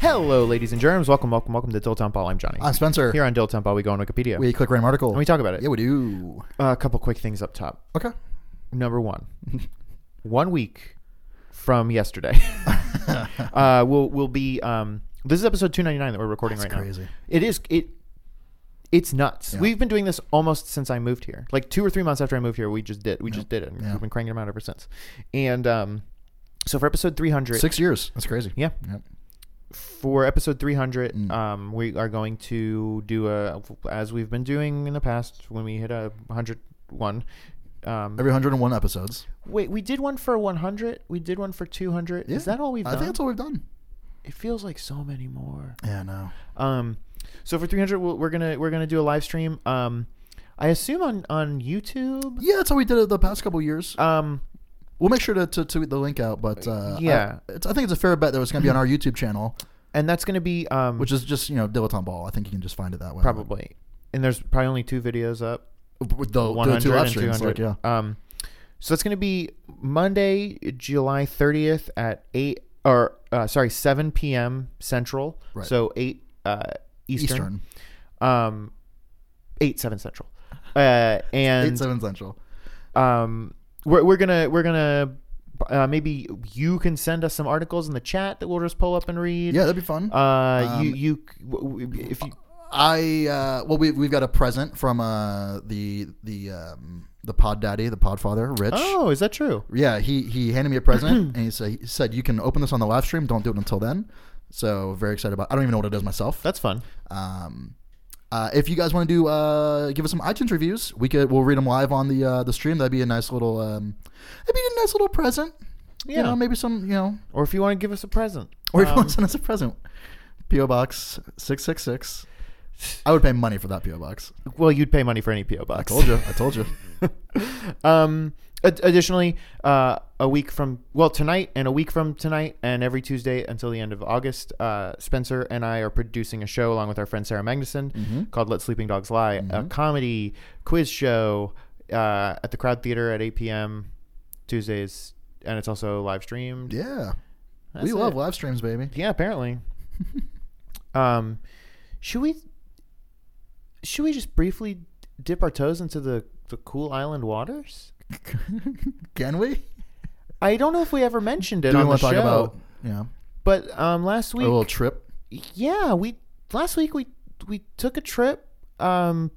Hello, ladies and germs. Welcome, welcome, welcome to Dill Temple. I'm Johnny. I'm Uh, Spencer. Here on Dill Temple, we go on Wikipedia. we click random article. and we talk about it. Yeah, we do. Uh, a couple quick things up top. Okay. Number one, one week from yesterday, uh, we'll we'll be. Um, this is episode 299 that we're recording That's right now. crazy. It is it. It's nuts. Yeah. We've been doing this almost since I moved here. Like two or three months after I moved here, we just did. We just did it. And Yeah. We've been cranking them out ever since. And um, so for episode 300, Six years. That's crazy. yeah, Yep. for episode 300 Mm. um, we are going to do a as we've been doing in the past when we hit a 101 um, Every 101 episodes. wait we did one for 100 we did one for 200 is Yeah. that all we've I done think that's all we've done. it feels like so many more Yeah, no. um, so for 300 we'll, we're gonna we're gonna do a live stream um, i assume on on youtube Yeah, that's how we did it the past couple years. um, we'll make sure to, to tweet the link out, but uh, Yeah. I, it's, I think it's a fair bet that it's going to be on our YouTube channel, and that's gonna be um, which is just you know dilettante ball. I think you can just find it that way. probably and there's probably only two videos up With the, the 100 two live and streams, 200. like, yeah. Um, so that's going to be Monday, July 30th at 8 or uh, sorry, 7 p.m. Central. Right. So 8 uh, Eastern. Eastern, Um 8 7 Central. Uh eight and seven central. um we're we're going to we're going to uh, maybe you can send us some articles in the chat that we'll just pull up and read. Yeah, that'd be fun. Uh, you Um, you c- w- w- if you I uh, well, we we've got a present from uh, the the um, the pod daddy, the pod father, Rich. oh is that true? Yeah, he he handed me a present and he said, he said you can open this on the live stream. Don't do it until then. So very excited about. I don't even know what it is myself. That's fun. Um, uh, if you guys want to do uh, give us some iTunes reviews, we could we'll read them live on the uh, the stream. That'd be a nice little um, that'd be a nice little present. Yeah. You know, maybe some you know, Or if you want to give us a present. or if you Um, want to send us a present, PO Box six six six. I would pay money for that PO Box. Well, you'd pay money for any PO I box. told you. I told you. um, ad- additionally, uh, a week from well tonight and a week from tonight and every Tuesday until the end of August, uh, Spencer and I are producing a show along with our friend Sarah Magnuson Mm-hmm. called "Let Sleeping Dogs Lie," a comedy quiz show uh, at the Crowd Theater at 8 p.m. Tuesdays, and it's also live streamed. Yeah, That's we love it. live streams, baby. Yeah, apparently. um, should we? Should we just briefly dip our toes into the the cool island waters? Can we? I don't know if we ever mentioned it Do we on the want to show, talk about yeah but um, last a week, little trip? yeah, we last week we we took a trip. Um,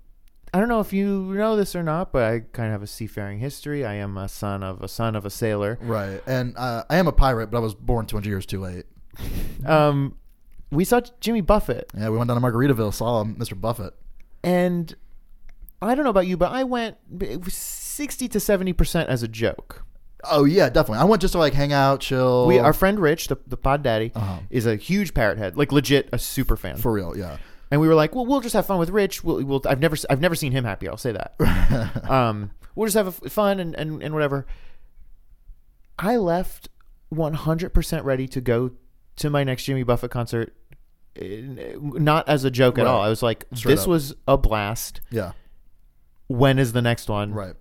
I don't know if you know this or not, but I kind of have a seafaring history. I am a son of a son of a sailor. Right. And uh, I am a pirate, but I was born 200 years too late. Um, we saw Jimmy Buffett, Yeah, we went down to Margaritaville, saw Mr. Buffett. and I don't know about you, but I went it was sixty to seventy percent as a joke. Oh, yeah, definitely. I went just to like hang out, chill. We, our friend Rich, the, the pod daddy, Uh-huh. is a huge parrot head, like legit a super fan. For real, yeah. and we were like, well, we'll just have fun with Rich. We'll, we'll I've never, I've never seen him happy. I'll say that. um, we'll just have a f- fun and, and, and whatever. I left 100% ready to go to my next Jimmy Buffett concert. eh, Not as a joke at Right. all. I was like, Straight this up. was a blast. Yeah, When is the next one? right.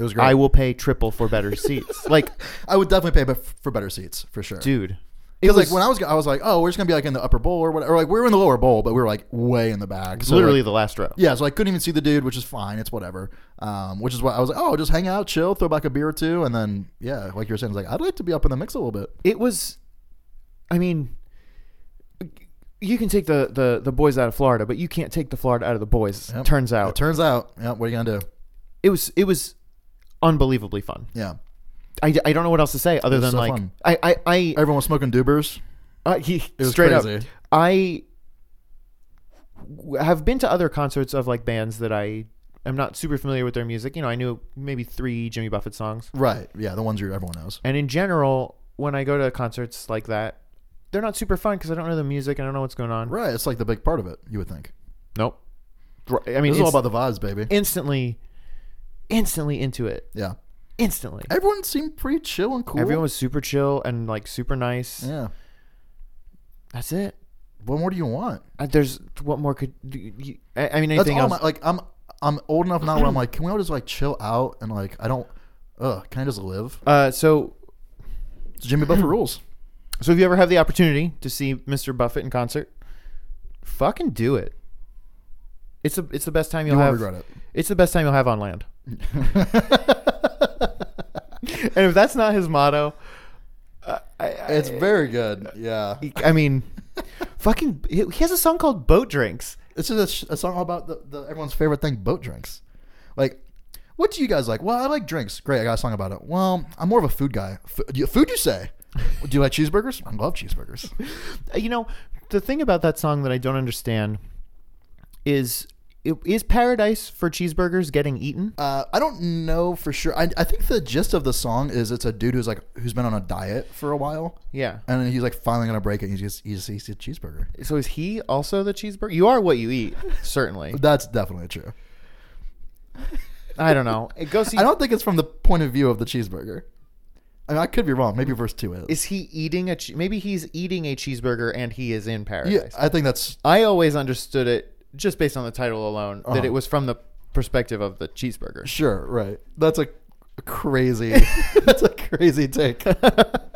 It was great. I will pay triple for better seats. like, I would definitely pay but for better seats, for sure. dude, it Because was like when I was, I was like, oh, we're just gonna be like in the upper bowl or whatever. Or, like we were in the lower bowl, but we were like way in the back. So, literally like, the last row. yeah. So I couldn't even see the dude, which is fine. It's whatever. Um, which is why I was like, oh, just hang out, chill, throw back a beer or two, and then yeah, like you were saying, I was like I'd like to be up in the mix a little bit. it was i mean you can take the, the, the boys out of Florida, but you can't take the Florida out of the boys. Yep. Turns It out turns out, yeah. What are you gonna do? it was it was unbelievably fun. Yeah. I, I don't know what else to say other than was so like fun. I I, I, uh, Everyone was smoking doobers. I- he- was straight crazy. up I w- have been to other concerts of like bands that I am not super familiar with their music. You know, I knew maybe three Jimmy Buffett songs, Right. Yeah, the ones you everyone knows. and in general, when I go to concerts like that, they're not super fun because I don't know the music and I don't know what's going on. Right. It's like the big part of it. You would think. Nope. Right, I mean, This is all inst- about the vibes, baby. instantly, instantly into it. yeah. Instantly. Everyone seemed pretty chill and cool. Everyone was super chill and like super nice. Yeah. That's it. What more do you want? Uh, There's what more could you, you, I, I mean That's anything all. else? My, like I'm, I'm old enough now where I'm like, can we all just like chill out and like I don't, uh, can I just live? uh, so It's Jimmy Buffett rules. so if you ever have the opportunity to see Mr. Buffett in concert, fucking do it. It's the it's the best time you'll You won't have. regret it. It's the best time you'll have on land. and if that's not his motto, uh, I, I, It's very good. Yeah. I mean, fucking he he has a song called Boat Drinks. This is a, sh- a song all about the, the everyone's favorite thing, boat drinks. Like, what do you guys like? Well, I like drinks. Great, I got a song about it. Well, I'm more of a food guy. F- do you- food, you say? do you like cheeseburgers? I love cheeseburgers. Uh, you know the thing about that song that i don't understand is it is paradise for cheeseburgers getting eaten Uh, I don't know for sure. I, I think the gist of the song is it's a dude who's like who's been on a diet for a while, yeah and then he's like finally gonna break it. And he just he just eats a cheeseburger. so is he also the cheeseburger you are what you eat certainly That's definitely true. i don't know it goes I don't think it's from the point of view of the cheeseburger. I mean, I could be wrong. Maybe verse two is. is he eating a che- maybe he's eating a cheeseburger and he is in yeah, paradise I think that's i always understood it just based on the title alone Uh-huh. that it was from the perspective of the cheeseburger Sure, right. That's a crazy. that's a crazy take. but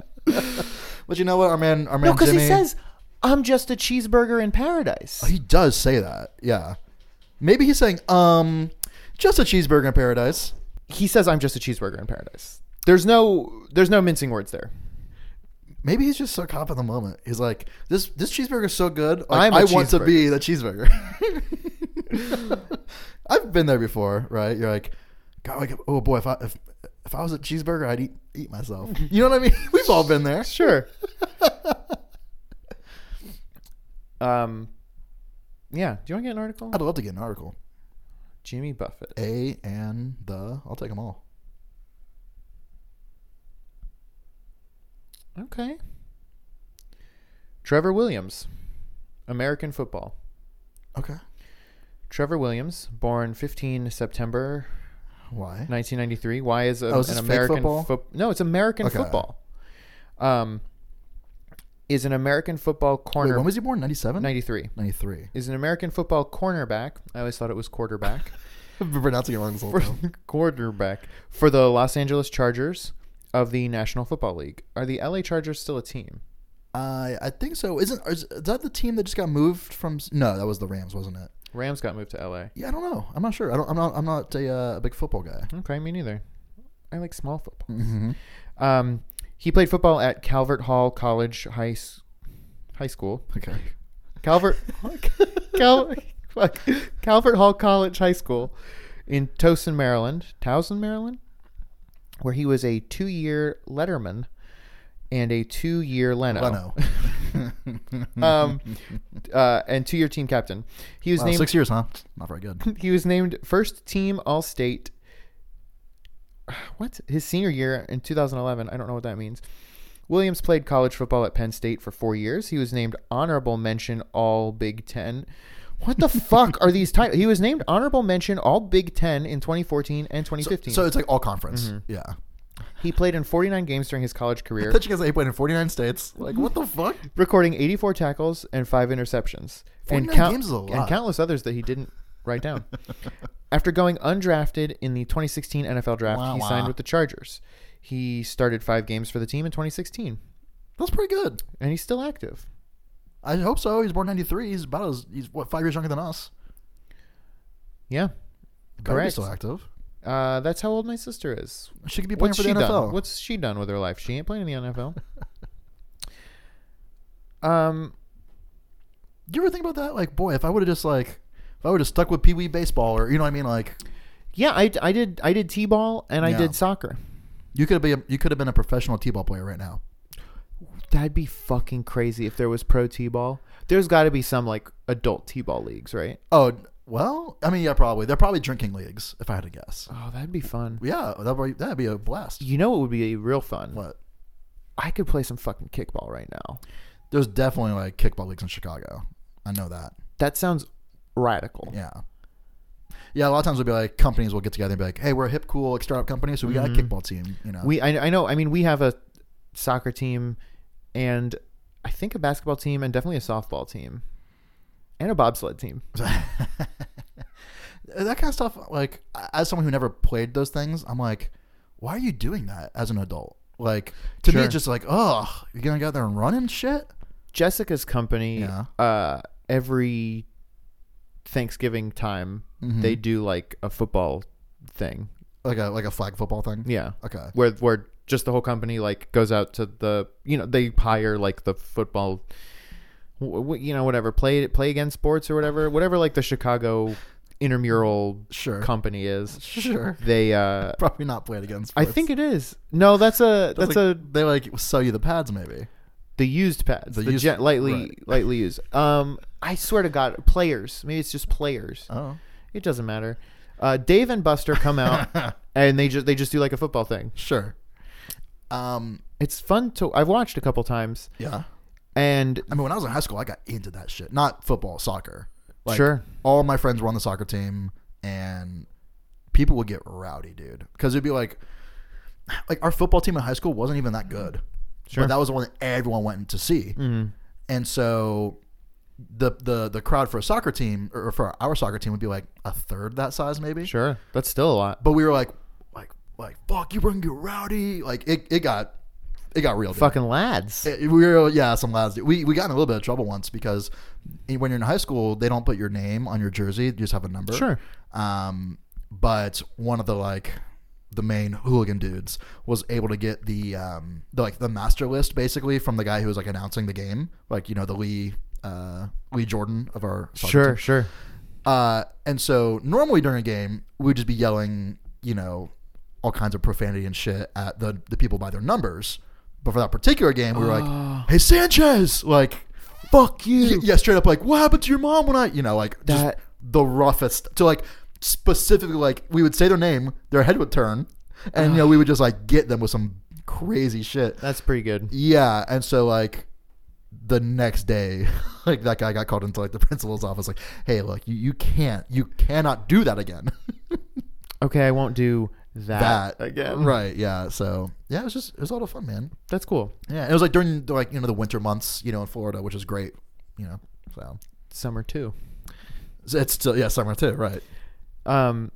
you know what, our man, our man no because he Jimmy- says i'm just a cheeseburger in paradise he does say that. Yeah, maybe he's saying, um, just a cheeseburger in paradise. he says i'm just a cheeseburger in paradise there's no there's no mincing words there Maybe he's just so cop in the moment. He's like, this this cheeseburger is so good. I'm Like, a I want to be the cheeseburger. I've been there before, right? You're like, God, like, oh boy, if I if, if I was a cheeseburger, I'd eat eat myself. You know what I mean? We've all been there. Sure. um, yeah. Do you want to get an article? I'd love to get an article. Jimmy Buffett. A and the. I'll take them all. Okay. Trevor Williams, American football. Okay. Trevor Williams, born 15 September Why? 1993. Why is, a, Oh, is an this fake American football? football? no, it's American Okay. football. Um, is an American football Wait, corner. when was he born? 97? 93. 93. Is an American football cornerback. I always thought it was quarterback. I've been pronouncing it wrong this whole for time. quarterback for the Los Angeles Chargers of the National Football League. Are the LA Chargers still a team? I I think so. Isn't is, is that the team that just got moved from? s- No, that was the Rams, wasn't it? Rams got moved to LA. Yeah, I don't know. I'm not sure. I don't. I'm not. I'm not a uh, big football guy. Okay, me neither. I like small football. Mm-hmm. Um, he played football at Calvert Hall College High S- High School. Okay. Calvert Cal- fuck. Calvert Hall College High School in Towson, Maryland. Towson, Maryland, where he was a two-year letterman and a two-year Leno. um, uh, and two-year team captain. He was Wow, named. Uh, six years, huh? Not very good. He was named first team All State. What his senior year in 2011? I don't know what that means. Williams played college football at Penn State for four years. He was named honorable mention All Big Ten. What the fuck are these titles? He was named honorable mention All Big Ten in 2014 and 2015. So it's like all conference. Yeah. he played in 49 games during his college career. Pitching has eight point in 49 states. Like what the fuck? recording 84 tackles and five interceptions, and, 49 games is a and lot. countless others that he didn't write down. After going undrafted in the 2016 NFL draft, Wah, he wah. signed with the Chargers. He started five games for the team in 2016, That's pretty good. and he's still active. I hope so. He's born 93. He's about as he's what five years younger than us. Yeah, Better be Correct. Still active. uh, that's how old my sister is. She could be playing What's for the she NFL. done? What's she done with her life? She ain't playing in the NFL. um, Do you ever think about that? Like, boy, if I would have just like, if I would have stuck with Pee Wee baseball, or you know what I mean, like, yeah, I, I did I did t-ball and I Yeah. did soccer. you could have been you could have been a professional t-ball player right now. That'd be fucking crazy if there was pro T ball. There's got to be some like a adult t-ball leagues, right? Oh well, I mean, yeah, probably. They're probably drinking leagues, if I had to guess. Oh, that'd be fun. Yeah, that'd be, that'd be a blast. You know what would be real fun? What? I could play some fucking kickball right now. There's definitely like kickball leagues in Chicago. I know that. That sounds radical. Yeah. Yeah, a lot of times it'll be like companies will get together and be like, "Hey, we're a hip, cool, like startup company, so we got Mm-hmm. a kickball team." You know, We I, I know I mean we have a soccer team and I think a basketball team and definitely a softball team and a bobsled team. that kind of stuff. Like, as someone who never played those things, I'm like, why are you doing that as an adult? Like, to me, Sure. it's just like, oh, you're gonna go out there and run and shit. Jessica's company Yeah. uh every Thanksgiving time Mm-hmm. they do like a football thing. Like a like a flag football thing. Yeah. Okay. Where where just the whole company like goes out to the you know they hire like the football w- w- you know whatever play play against sports or whatever whatever like the Chicago intramural Sure. company is Sure. they uh Probably not played against. I think it is no that's a that's a they like sell you the pads maybe. the used pads the, The used- gen- lightly right. lightly used um I swear to God players maybe it's just players Oh, it doesn't matter uh Dave and Buster come out and they just they just do like a football thing sure. Um. it's fun to I've watched a couple times Yeah. and I mean, when I was in high school, I got into that shit. Not football, soccer. Like, Sure. All my friends were on the soccer team, and people would get rowdy, dude. Because it'd be like, like our football team in high school wasn't even that good. Sure. But that was the one that everyone went to see, and so the the the crowd for a soccer team or for our soccer team would be like a third that size, maybe. Sure, that's still a lot. But we were like, like, like, fuck, you are gonna get rowdy. Like it, it got, it got real. dude. Fucking lads. It- we were yeah some lads did. we we got in a little bit of trouble once because when you're in high school they don't put your name on your jersey you just have a number Sure. um but one of the like the main hooligan dudes was able to get the um the, like the master list basically from the guy who was like announcing the game like you know the Lee uh Lee Jordan of our soccer Sure, team. sure. Uh, and so normally during a game, we would just be yelling, you know, all kinds of profanity and shit at the, the people by their numbers. But for that particular game, we were like, hey, Sanchez, like, Fuck y- you. yeah, straight up, like, what happened to your mom when I, you know, like, just That- the roughest. So, like, specifically, like, we would say their name, their head would turn, and, you know, we would just, like, get them with some crazy shit. That's pretty good. Yeah, and so like the next day, like that guy got called into like the principal's office, like, "Hey, look, you, you can't, you cannot do that again." Okay, I won't do that, that again. right? Yeah. So yeah, it was just it was a lot of fun, man. That's cool. Yeah, it was like during the, like you know the winter months, you know, in Florida, which is great, you know. So Summer too. so it's still yeah summer too, right? Um,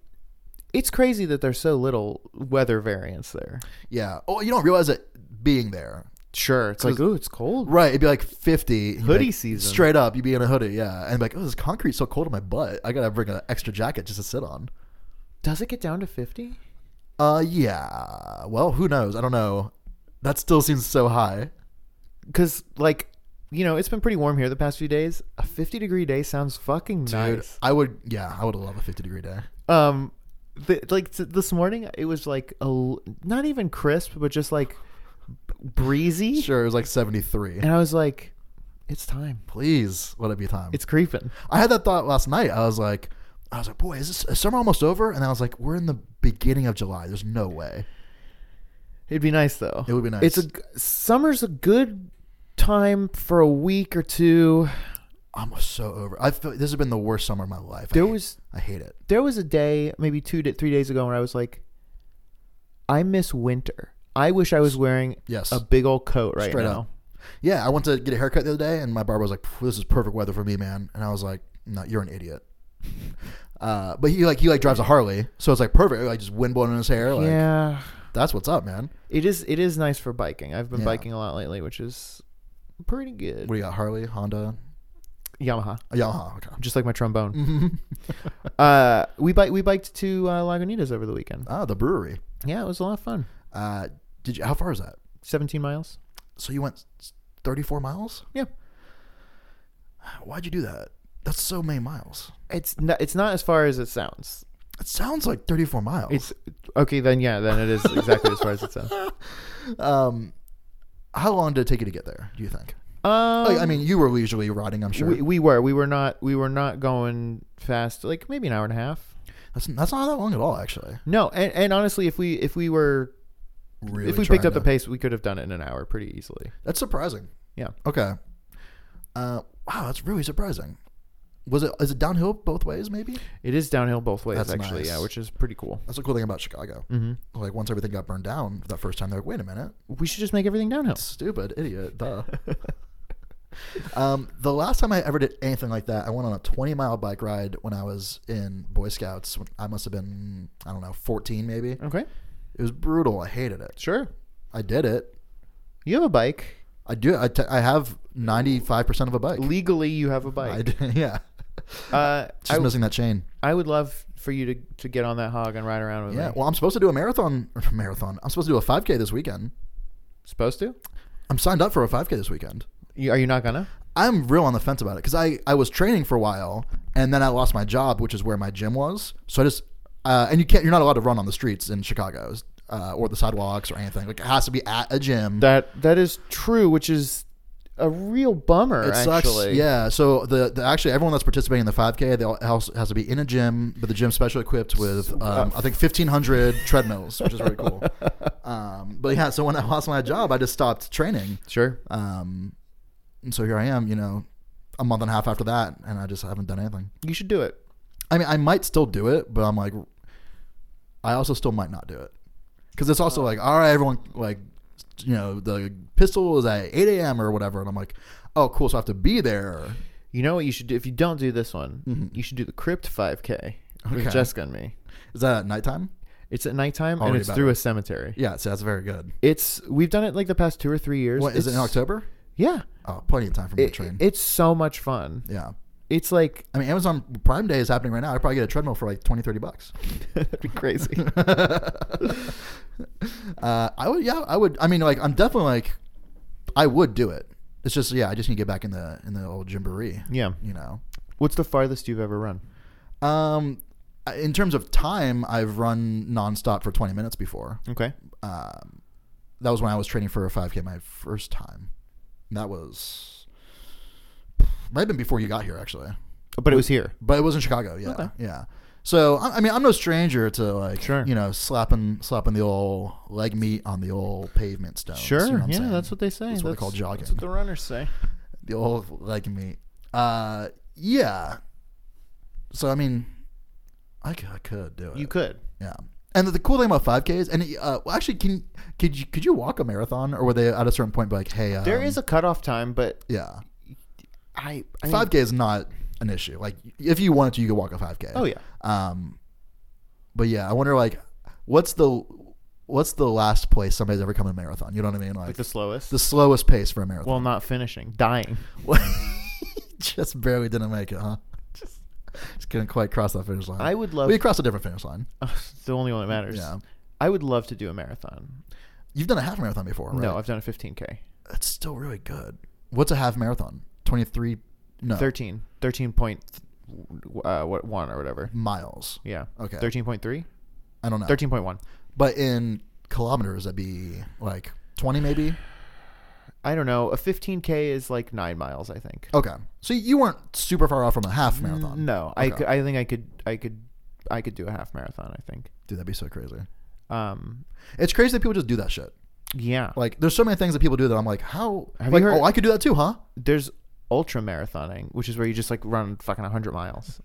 it's crazy that there's so little weather variance there. Yeah. Oh, you don't realize it being there. Sure, it's like ooh, it's cold. Right, it'd be like fifty and you'd be Hoodie like- season. Straight up, you'd be in a hoodie, yeah, and be like, oh, this concrete's so cold on my butt. I gotta bring an extra jacket just to sit on. Does it get down to fifty? Uh, yeah. Well, who knows? I don't know. That still seems so high. Because like, you know, it's been pretty warm here the past few days. A fifty degree day sounds fucking Dude, nice. I would. Yeah, I would love a fifty degree day. um the, like t- this morning it was like a l- not even crisp but just like b- breezy Sure, it was like seventy three. and i was like it's time Please let it be time. it's creeping I had that thought last night. I was like, I was like, boy, is, this, is summer almost over? And I was like, we're in the beginning of July. There's no way. it'd be nice though It would be nice. it's a g- summer's a good time for a week or two I'm so over. I feel this has been the worst summer of my life. there I, was I hate it. there was a day maybe two to three days ago when i was like i miss winter i wish i was wearing Yes. a big old coat right Straight now up. Yeah, I went to get a haircut the other day, and my barber was like, "Phew, "This is perfect weather for me, man." And I was like, "No, you're an idiot." Uh, but he like he like drives a Harley, so it's like perfect. Like just wind blowing in his hair. Like, yeah that's what's up, man. It is it is nice for biking. I've been Yeah. biking a lot lately, which is pretty good. What do you got? Harley, Honda, Yamaha, oh, Yamaha. Okay. just like my trombone. uh, we bike we biked to uh, Lagunitas over the weekend. Ah, the brewery. Yeah, it was a lot of fun. Uh, did you? How far is that? Seventeen miles. So you went thirty four miles? Yeah, Why'd you do that? That's so many miles. it's not, it's not as far as it sounds. It sounds like thirty four miles. It's okay then. Yeah, then it is Um, exactly as far as it sounds. um, how long did it take you to get there? Do you think? Oh, Like, I mean, you were leisurely riding, I'm sure. we, we were we were not we were not going fast. Like maybe an hour and a half. that's, that's not that long at all, actually. No, and, and honestly, if we if we were Really if we picked trying up the to- pace, we could have done it in an hour pretty easily. That's surprising. Yeah. Okay. Uh, wow, that's really surprising. Was it? Is it downhill both ways? Maybe It is downhill both ways That's actually, nice. yeah, which is pretty cool. that's the cool thing about Chicago. hmm Like once everything got burned down that first time, they're like, "Wait a minute, We should just make everything downhill. stupid idiot, duh." um, the last time I ever did anything like that, I went on a 20 mile bike ride when I was in Boy Scouts. When I must have been, I don't know, 14 maybe. Okay, It was brutal. I hated it. sure. I did it. You have a bike. I do. I, t- I have 95 percent of a bike. Legally, you have a I bike. d yeah. Uh, Just I, missing that chain. I would love for you to, to get on that hog and ride around with Yeah. me. Well, I'm supposed to do a marathon. Marathon. I'm supposed to do a 5K this weekend. Supposed to? I'm signed up for a 5K this weekend. You, are you not gonna? I'm real on the fence about it because I, I was training for a while and then I lost my job, which is where my gym was. So I just uh, and you can't you're not allowed to run on the streets in Chicago uh, or the sidewalks or anything. Like it has to be at a gym. That that is true, which is a real bummer. it sucks. actually, Yeah. So the, the actually everyone that's participating in the 5K they all has, has to be in a gym, but the gym special equipped with um, I think 1500 treadmills, which is really cool. Um, but yeah, so when I lost my job, I just stopped training. Sure. Um, and so here I am, you know, a month and a half after that, and I just haven't done anything. You should do it. I mean, I might still do it, but I'm like, I also still might not do it because it's also like, all right, everyone, like, you know, the pistol is at 8 a.m. or whatever, and I'm like, oh, cool, so I have to be there. You know what you should do? If you don't do this one, you should do the Crypt 5K Mm-hmm. Okay. with Jessica and me. Is that at nighttime? It's at nighttime and Already it's better. through a cemetery. Yeah, so that's very good. It's we've done it like the past two or three years. What is it in It's- October? Yeah, Oh, plenty of time for me to it, train. it's so much fun. yeah. It's like I mean, Amazon Prime Day is happening right now. I probably get a treadmill for like 20, 30 bucks. that'd be crazy. Uh, I would, yeah, I would. I mean, like, I'm definitely like, I would do it. It's just, yeah, I just need to get back in the in the old jamboree. yeah. you know. What's the farthest you've ever run? Um, in terms of time, I've run nonstop for 20 minutes before. Okay. Um, that was when I was training for a 5K my first time. That was might have been before you got here, actually, But it was here. but it was in Chicago. Yeah, Okay. yeah. So I, I mean, I'm no stranger to like, Sure. you know, slapping slapping the old leg meat on the old pavement stones. you Sure. know what I'm yeah, saying? that's what they say. That's what they call jogging. That's what the runners say. the old leg meat. Uh, yeah. So I mean, I could, I could do it. You could. Yeah. And the, the cool thing about 5K is, and uh, well, actually, can could you could you walk a marathon, or were they at a certain point be like, hey, um, There is a cutoff time, but yeah, I, I mean, 5K is not an issue. Like if you wanted to, you could walk a 5K. Oh yeah. Um, but yeah, I wonder like, what's the what's the last place somebody's ever come in a marathon? You know what I mean? Like, Like the, the slowest. slowest pace for a marathon. well, not finishing, dying. just barely didn't make it, huh? Just, just couldn't quite cross that finish line. I would love. we crossed a different finish line. Ugh, it's the only one that matters. Yeah. I would love to do a marathon. You've done a half marathon before, right? No, I've done a 15K. That's still really good. What's a half marathon? 23 no 13. 13 point, uh, what, one or whatever. miles. Yeah. Mm. Okay. 13.3? I don't know. 13.1. But in kilometers that'd be like 20 maybe. I don't know. A 15K is like nine miles, I think. Okay. So you weren't super far off from a half Oh, marathon. No, I, Okay. cou- I think I could, I could, I could do a half marathon, I think. Dude, that'd be so crazy. Um, It's crazy that people just do that shit. yeah. Like there's so many things that people do that I'm like, how Have you like, heard- oh, I could do that too, huh? There's ultra marathoning, which is where you just like run fucking 100 miles.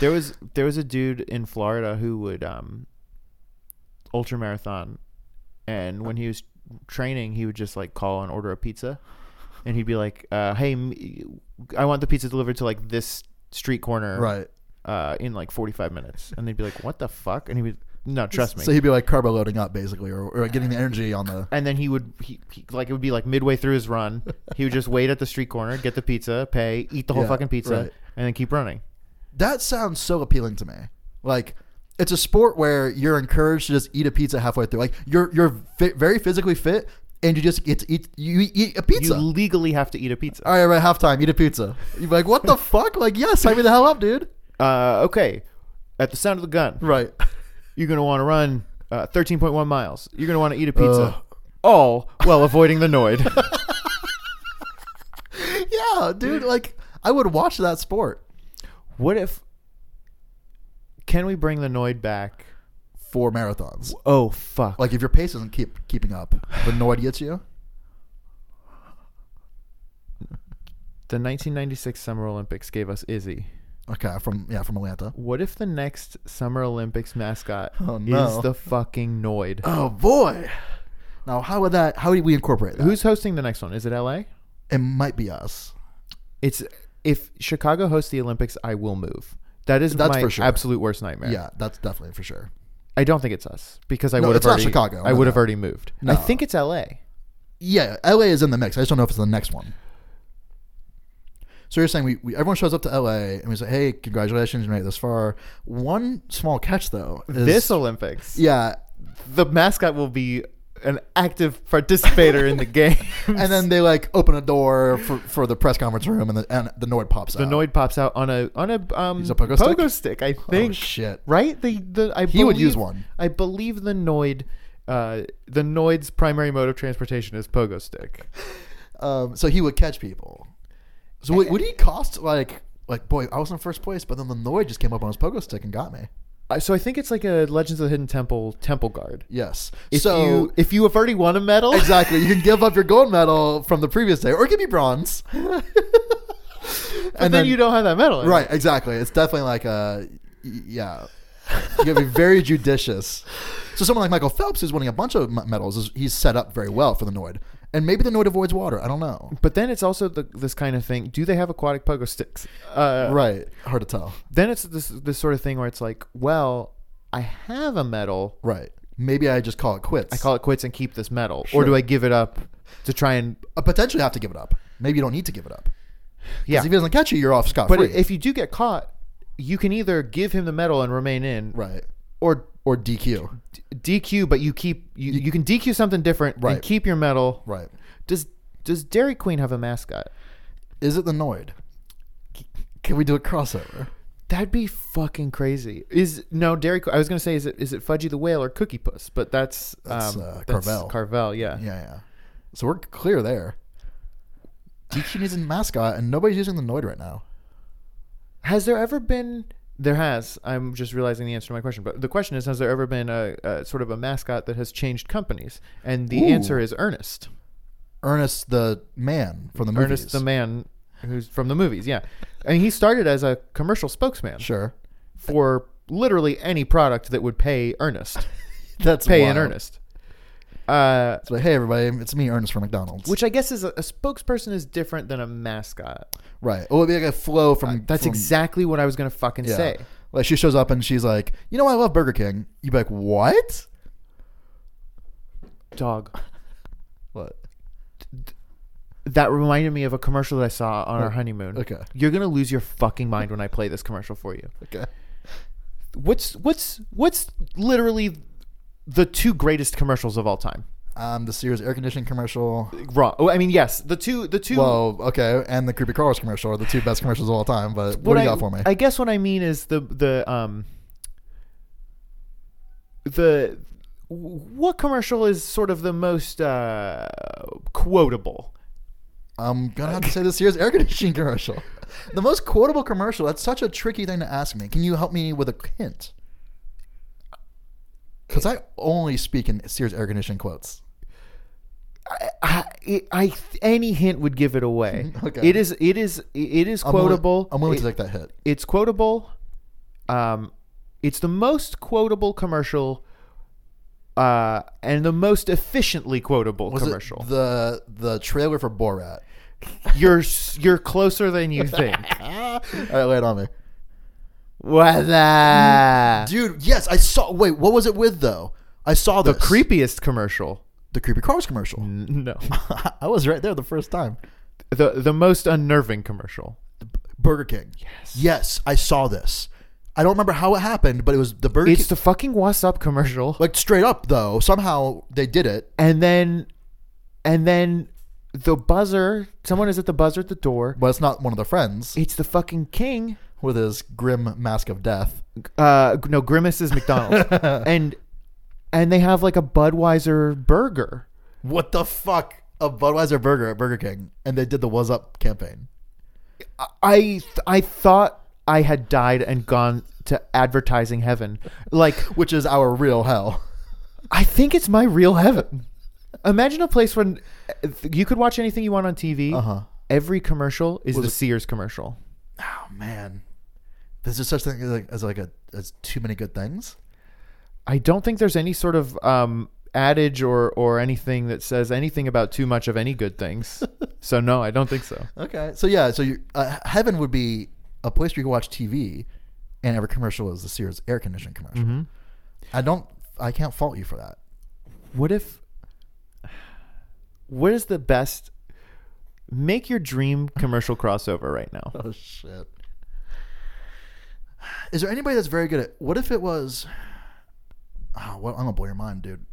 there was, there was a dude in Florida who would, um, ultra marathon. And when he was training, he would just like call and order a pizza. And he'd be like, uh, hey, m- I want the pizza delivered to like this street corner. Right. uh, in like 45 minutes. And they'd be like, what the fuck? And he'd be, no, trust me. So he'd be like carbo loading up basically or, or getting the energy on the and then he would, he, he, like, it would be like midway through his run. He would just wait at the street corner, get the pizza, pay, eat the whole Yeah, fucking pizza, right. and then keep running. That sounds so appealing to me. Like it's a sport where you're encouraged to just eat a pizza halfway through. Like you're you're fi- very physically fit, and you just get to eat you eat a pizza. You legally have to eat a pizza. All right, right halftime, eat a pizza. You're like, what the fuck? Like, yeah, sign me the hell up, dude. Uh, okay. At the sound of the gun, Right. you're going to want to run uh, 13.1 miles. You're going to want to eat a pizza. All while avoiding the Noid. no, dude. Like I would watch that sport. What if? Can we bring the Noid back? for marathons. Oh fuck! Like if your pace isn't keep keeping up, the Nord gets you. the 1996 Summer Olympics gave us Izzy. Okay, from yeah, from Atlanta. What if the next Summer Olympics mascot Oh, no. is the fucking Noid? Oh boy. Now how would that? How would we incorporate that? Who's hosting the next one? Is it LA? It might be us. It's if Chicago hosts the Olympics, I will move. That is That's my for sure. absolute worst nightmare. Yeah, that's definitely for sure. I don't think it's us because I No, would have it's not already Chicago. I No, would have no. already moved. No. I think it's LA. Yeah, LA is in the mix. I just don't know if it's the next one. So you're saying we, we everyone shows up to LA and we say, "Hey, congratulations, you made it this far." One small catch though is this Olympics, yeah, the mascot will be an active participator in the game. and then they like open a door for, for the press conference room and the and the Nord pops the out. Noid pops out on a on a um He's a pogo stick? I think. Oh, shit. Right? The the I He would believe- use one. I believe the Noid. Uh, the Noid's primary mode of transportation is pogo stick. Um, so he would catch people. So would, would he cost like like boy? I was in first place, but then the Noid just came up on his pogo stick and got me. Uh, so I think it's like a Legends of the Hidden Temple temple guard. Yes. If so you if you have already won a medal, exactly, you can give up your gold medal from the previous day, or it could be bronze. and and then, you don't have that medal, anymore. right, exactly. It's definitely like a y- yeah. You gotta be very judicious. So someone like Michael Phelps, who's winning a bunch of m- medals, is, he's set up very well for the Noid, and maybe the Noid avoids water. I don't know. But then it's also the, this kind of thing. Do they have aquatic pogo sticks? Uh, Right, hard to tell. Then it's this this sort of thing where it's like, well, I have a medal. Right, maybe I just call it quits. I call it quits and keep this medal, or do Sure. I give it up to try and? uh, potentially have to give it up. Maybe you don't need to give it up. 'Cause Yeah. if he doesn't catch you, you're off scot But free. if you do get caught, you can either give him the medal and remain in, right or or DQ, DQ, but you keep you, you can DQ something different and Right. keep your medal. right? Does Does Dairy Queen have a mascot? Is it the Noid? C- Can we do a crossover? That'd be fucking crazy. Is no Dairy? Que- I was gonna say is it is it Fudgy the Whale or Cookie Puss? But that's That's, um, uh, that's Carvel. Carvel, yeah. Yeah, yeah. So we're clear there. DQ needs a mascot, and nobody's using the Noid right now. Has there ever been? There has. I'm just realizing the answer to my question. But the question is, has there ever been a, a sort of a mascot that has changed companies? And the Ooh. answer is Ernest. Ernest the man from the movies. Ernest the man who's from the movies. Yeah, and he started as a commercial spokesman Sure, for literally any product that would pay Ernest. that's pay in wild. earnest. Uh, So hey everybody, it's me, Ernest from McDonald's. which I guess is a, a spokesperson is different than a mascot. right? It would be like a flow from. That's from- exactly what I was gonna fucking yeah. say. Like she shows up and she's like, "You know, I love Burger King." You'd be like, "What? Dog. What? That reminded me of a commercial that I saw on our honeymoon. Oh, okay. You're gonna lose your fucking mind when I play this commercial for you. Okay." What's what's what's literally the two greatest commercials of all time? um, the Sears air conditioning commercial. Wrong. Oh, I mean, yes, the two the two. Well, okay, and the creepy crawlers commercial are the two best commercials of all time. But what, do you I, got for me? I guess what I mean is the the um the what commercial is sort of the most uh quotable? I, am gonna have to say the Sears air conditioning commercial, the most quotable commercial. That's such a tricky thing to ask me. Can you help me with a hint? Because I only speak in Sears air conditioning quotes. I, I, I any hint would give it away. Okay. It is it is it is I'm willing- quotable. I'm willing It- to take that hit. it's quotable. Um, it's the most quotable commercial. Uh, and the most efficiently quotable Was commercial. it the the trailer for Borat? you're s- you're closer than you think. all right, lay it on me, What the dude. Yes, I saw. Wait, what was it with though? I saw the Mm. this. creepiest commercial? the creepy crawlers commercial. N- No, I was right there the first time. the the most unnerving commercial. Burger King. Yes. Yes, I saw this. I don't remember how it happened, but it was the Burger It's King. the fucking what's up commercial, like straight up though. Somehow they did it. and then and then the buzzer. Someone is at the buzzer at the door. But it's not one of their friends It's the fucking king. with his grim mask of death. Uh, g- no, Grimace is McDonald's, and and they have like a Budweiser burger. What the fuck? A Budweiser burger at Burger King, and they did the "Was Up" campaign. I th- I thought I had died and gone to advertising heaven. Like which is our real hell. I think it's my real heaven. Imagine a place where uh, you could watch anything you want on TV. Uh-huh. Every commercial is the Sears commercial. Oh man, there's just such thing as like, as like a as too many good things. I don't think there's any sort of um, adage or or anything that says anything about too much of any good things. so no, I don't think so. Okay, so yeah, so you uh, heaven would be a place where you could watch TV, and every commercial is the Sears air conditioning commercial. I don't, I can't fault you for that. What if? What is the best? Make your dream commercial crossover right now. Oh shit. Is there anybody that's very good at? What if it was? Oh, what, I'm gonna blow your mind, dude.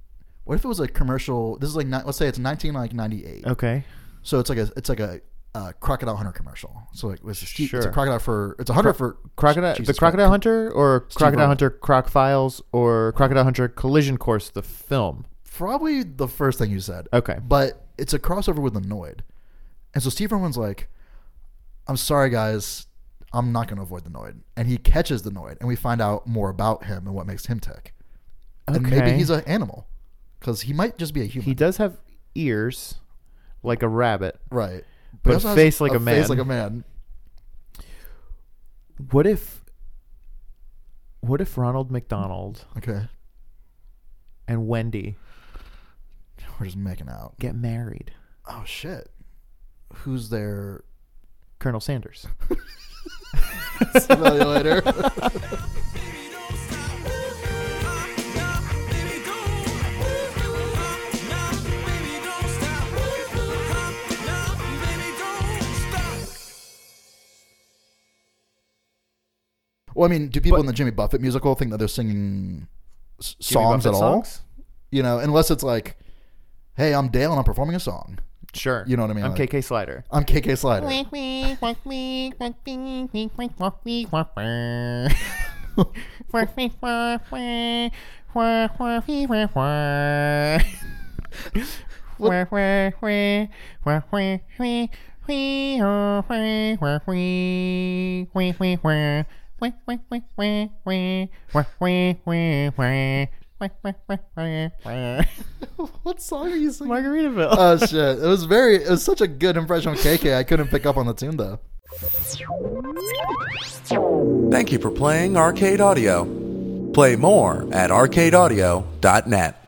What if it was a commercial? This is like ni- let's say it's 19 like 98. Okay. So it's like a it's like a, uh crocodile hunter commercial. So like it's, a Steve- it's Sure. a crocodile for it's a hunter for Crocodile, Jesus the Crocodile Christ. Hunter, or Crocodile Irwin. Hunter Croc Files, or Crocodile Hunter Collision Course, the film. Probably the first thing you said. Okay. But it's a crossover with Annoyed. And so Steve Irwin's like, I'm sorry, guys. I'm not going to avoid the Noid. And he catches the Noid, and we find out more about him and what makes him tick. And maybe Okay. he's an animal because he might just be a human. He does have ears, like a rabbit. Right. But he a also has face like a man. Face like a man. What if? What if Ronald McDonald Okay. and Wendy We're just making out. get married? Oh, shit. Who's there? Colonel Sanders. See you later. Baby, don't stop. Ooh, ah, nah, baby, don't. Ooh, ah, nah, baby, don't stop. Ooh, ah, nah, baby, don't stop. Well, I mean, do people in the Jimmy Buffett musical think that they're singing s- songs at Buffett all? songs? You know, unless it's like, hey, I'm Dale and I'm performing a song. Sure. You know what I mean? I'm Like- KK Slider. I'm KK Slider. what song are you singing? Margaritaville. oh shit! It was very. It was such a good impression of KK. I couldn't pick up on the tune though. Thank you for playing Arcade Audio. Play more at arcadeaudio.net.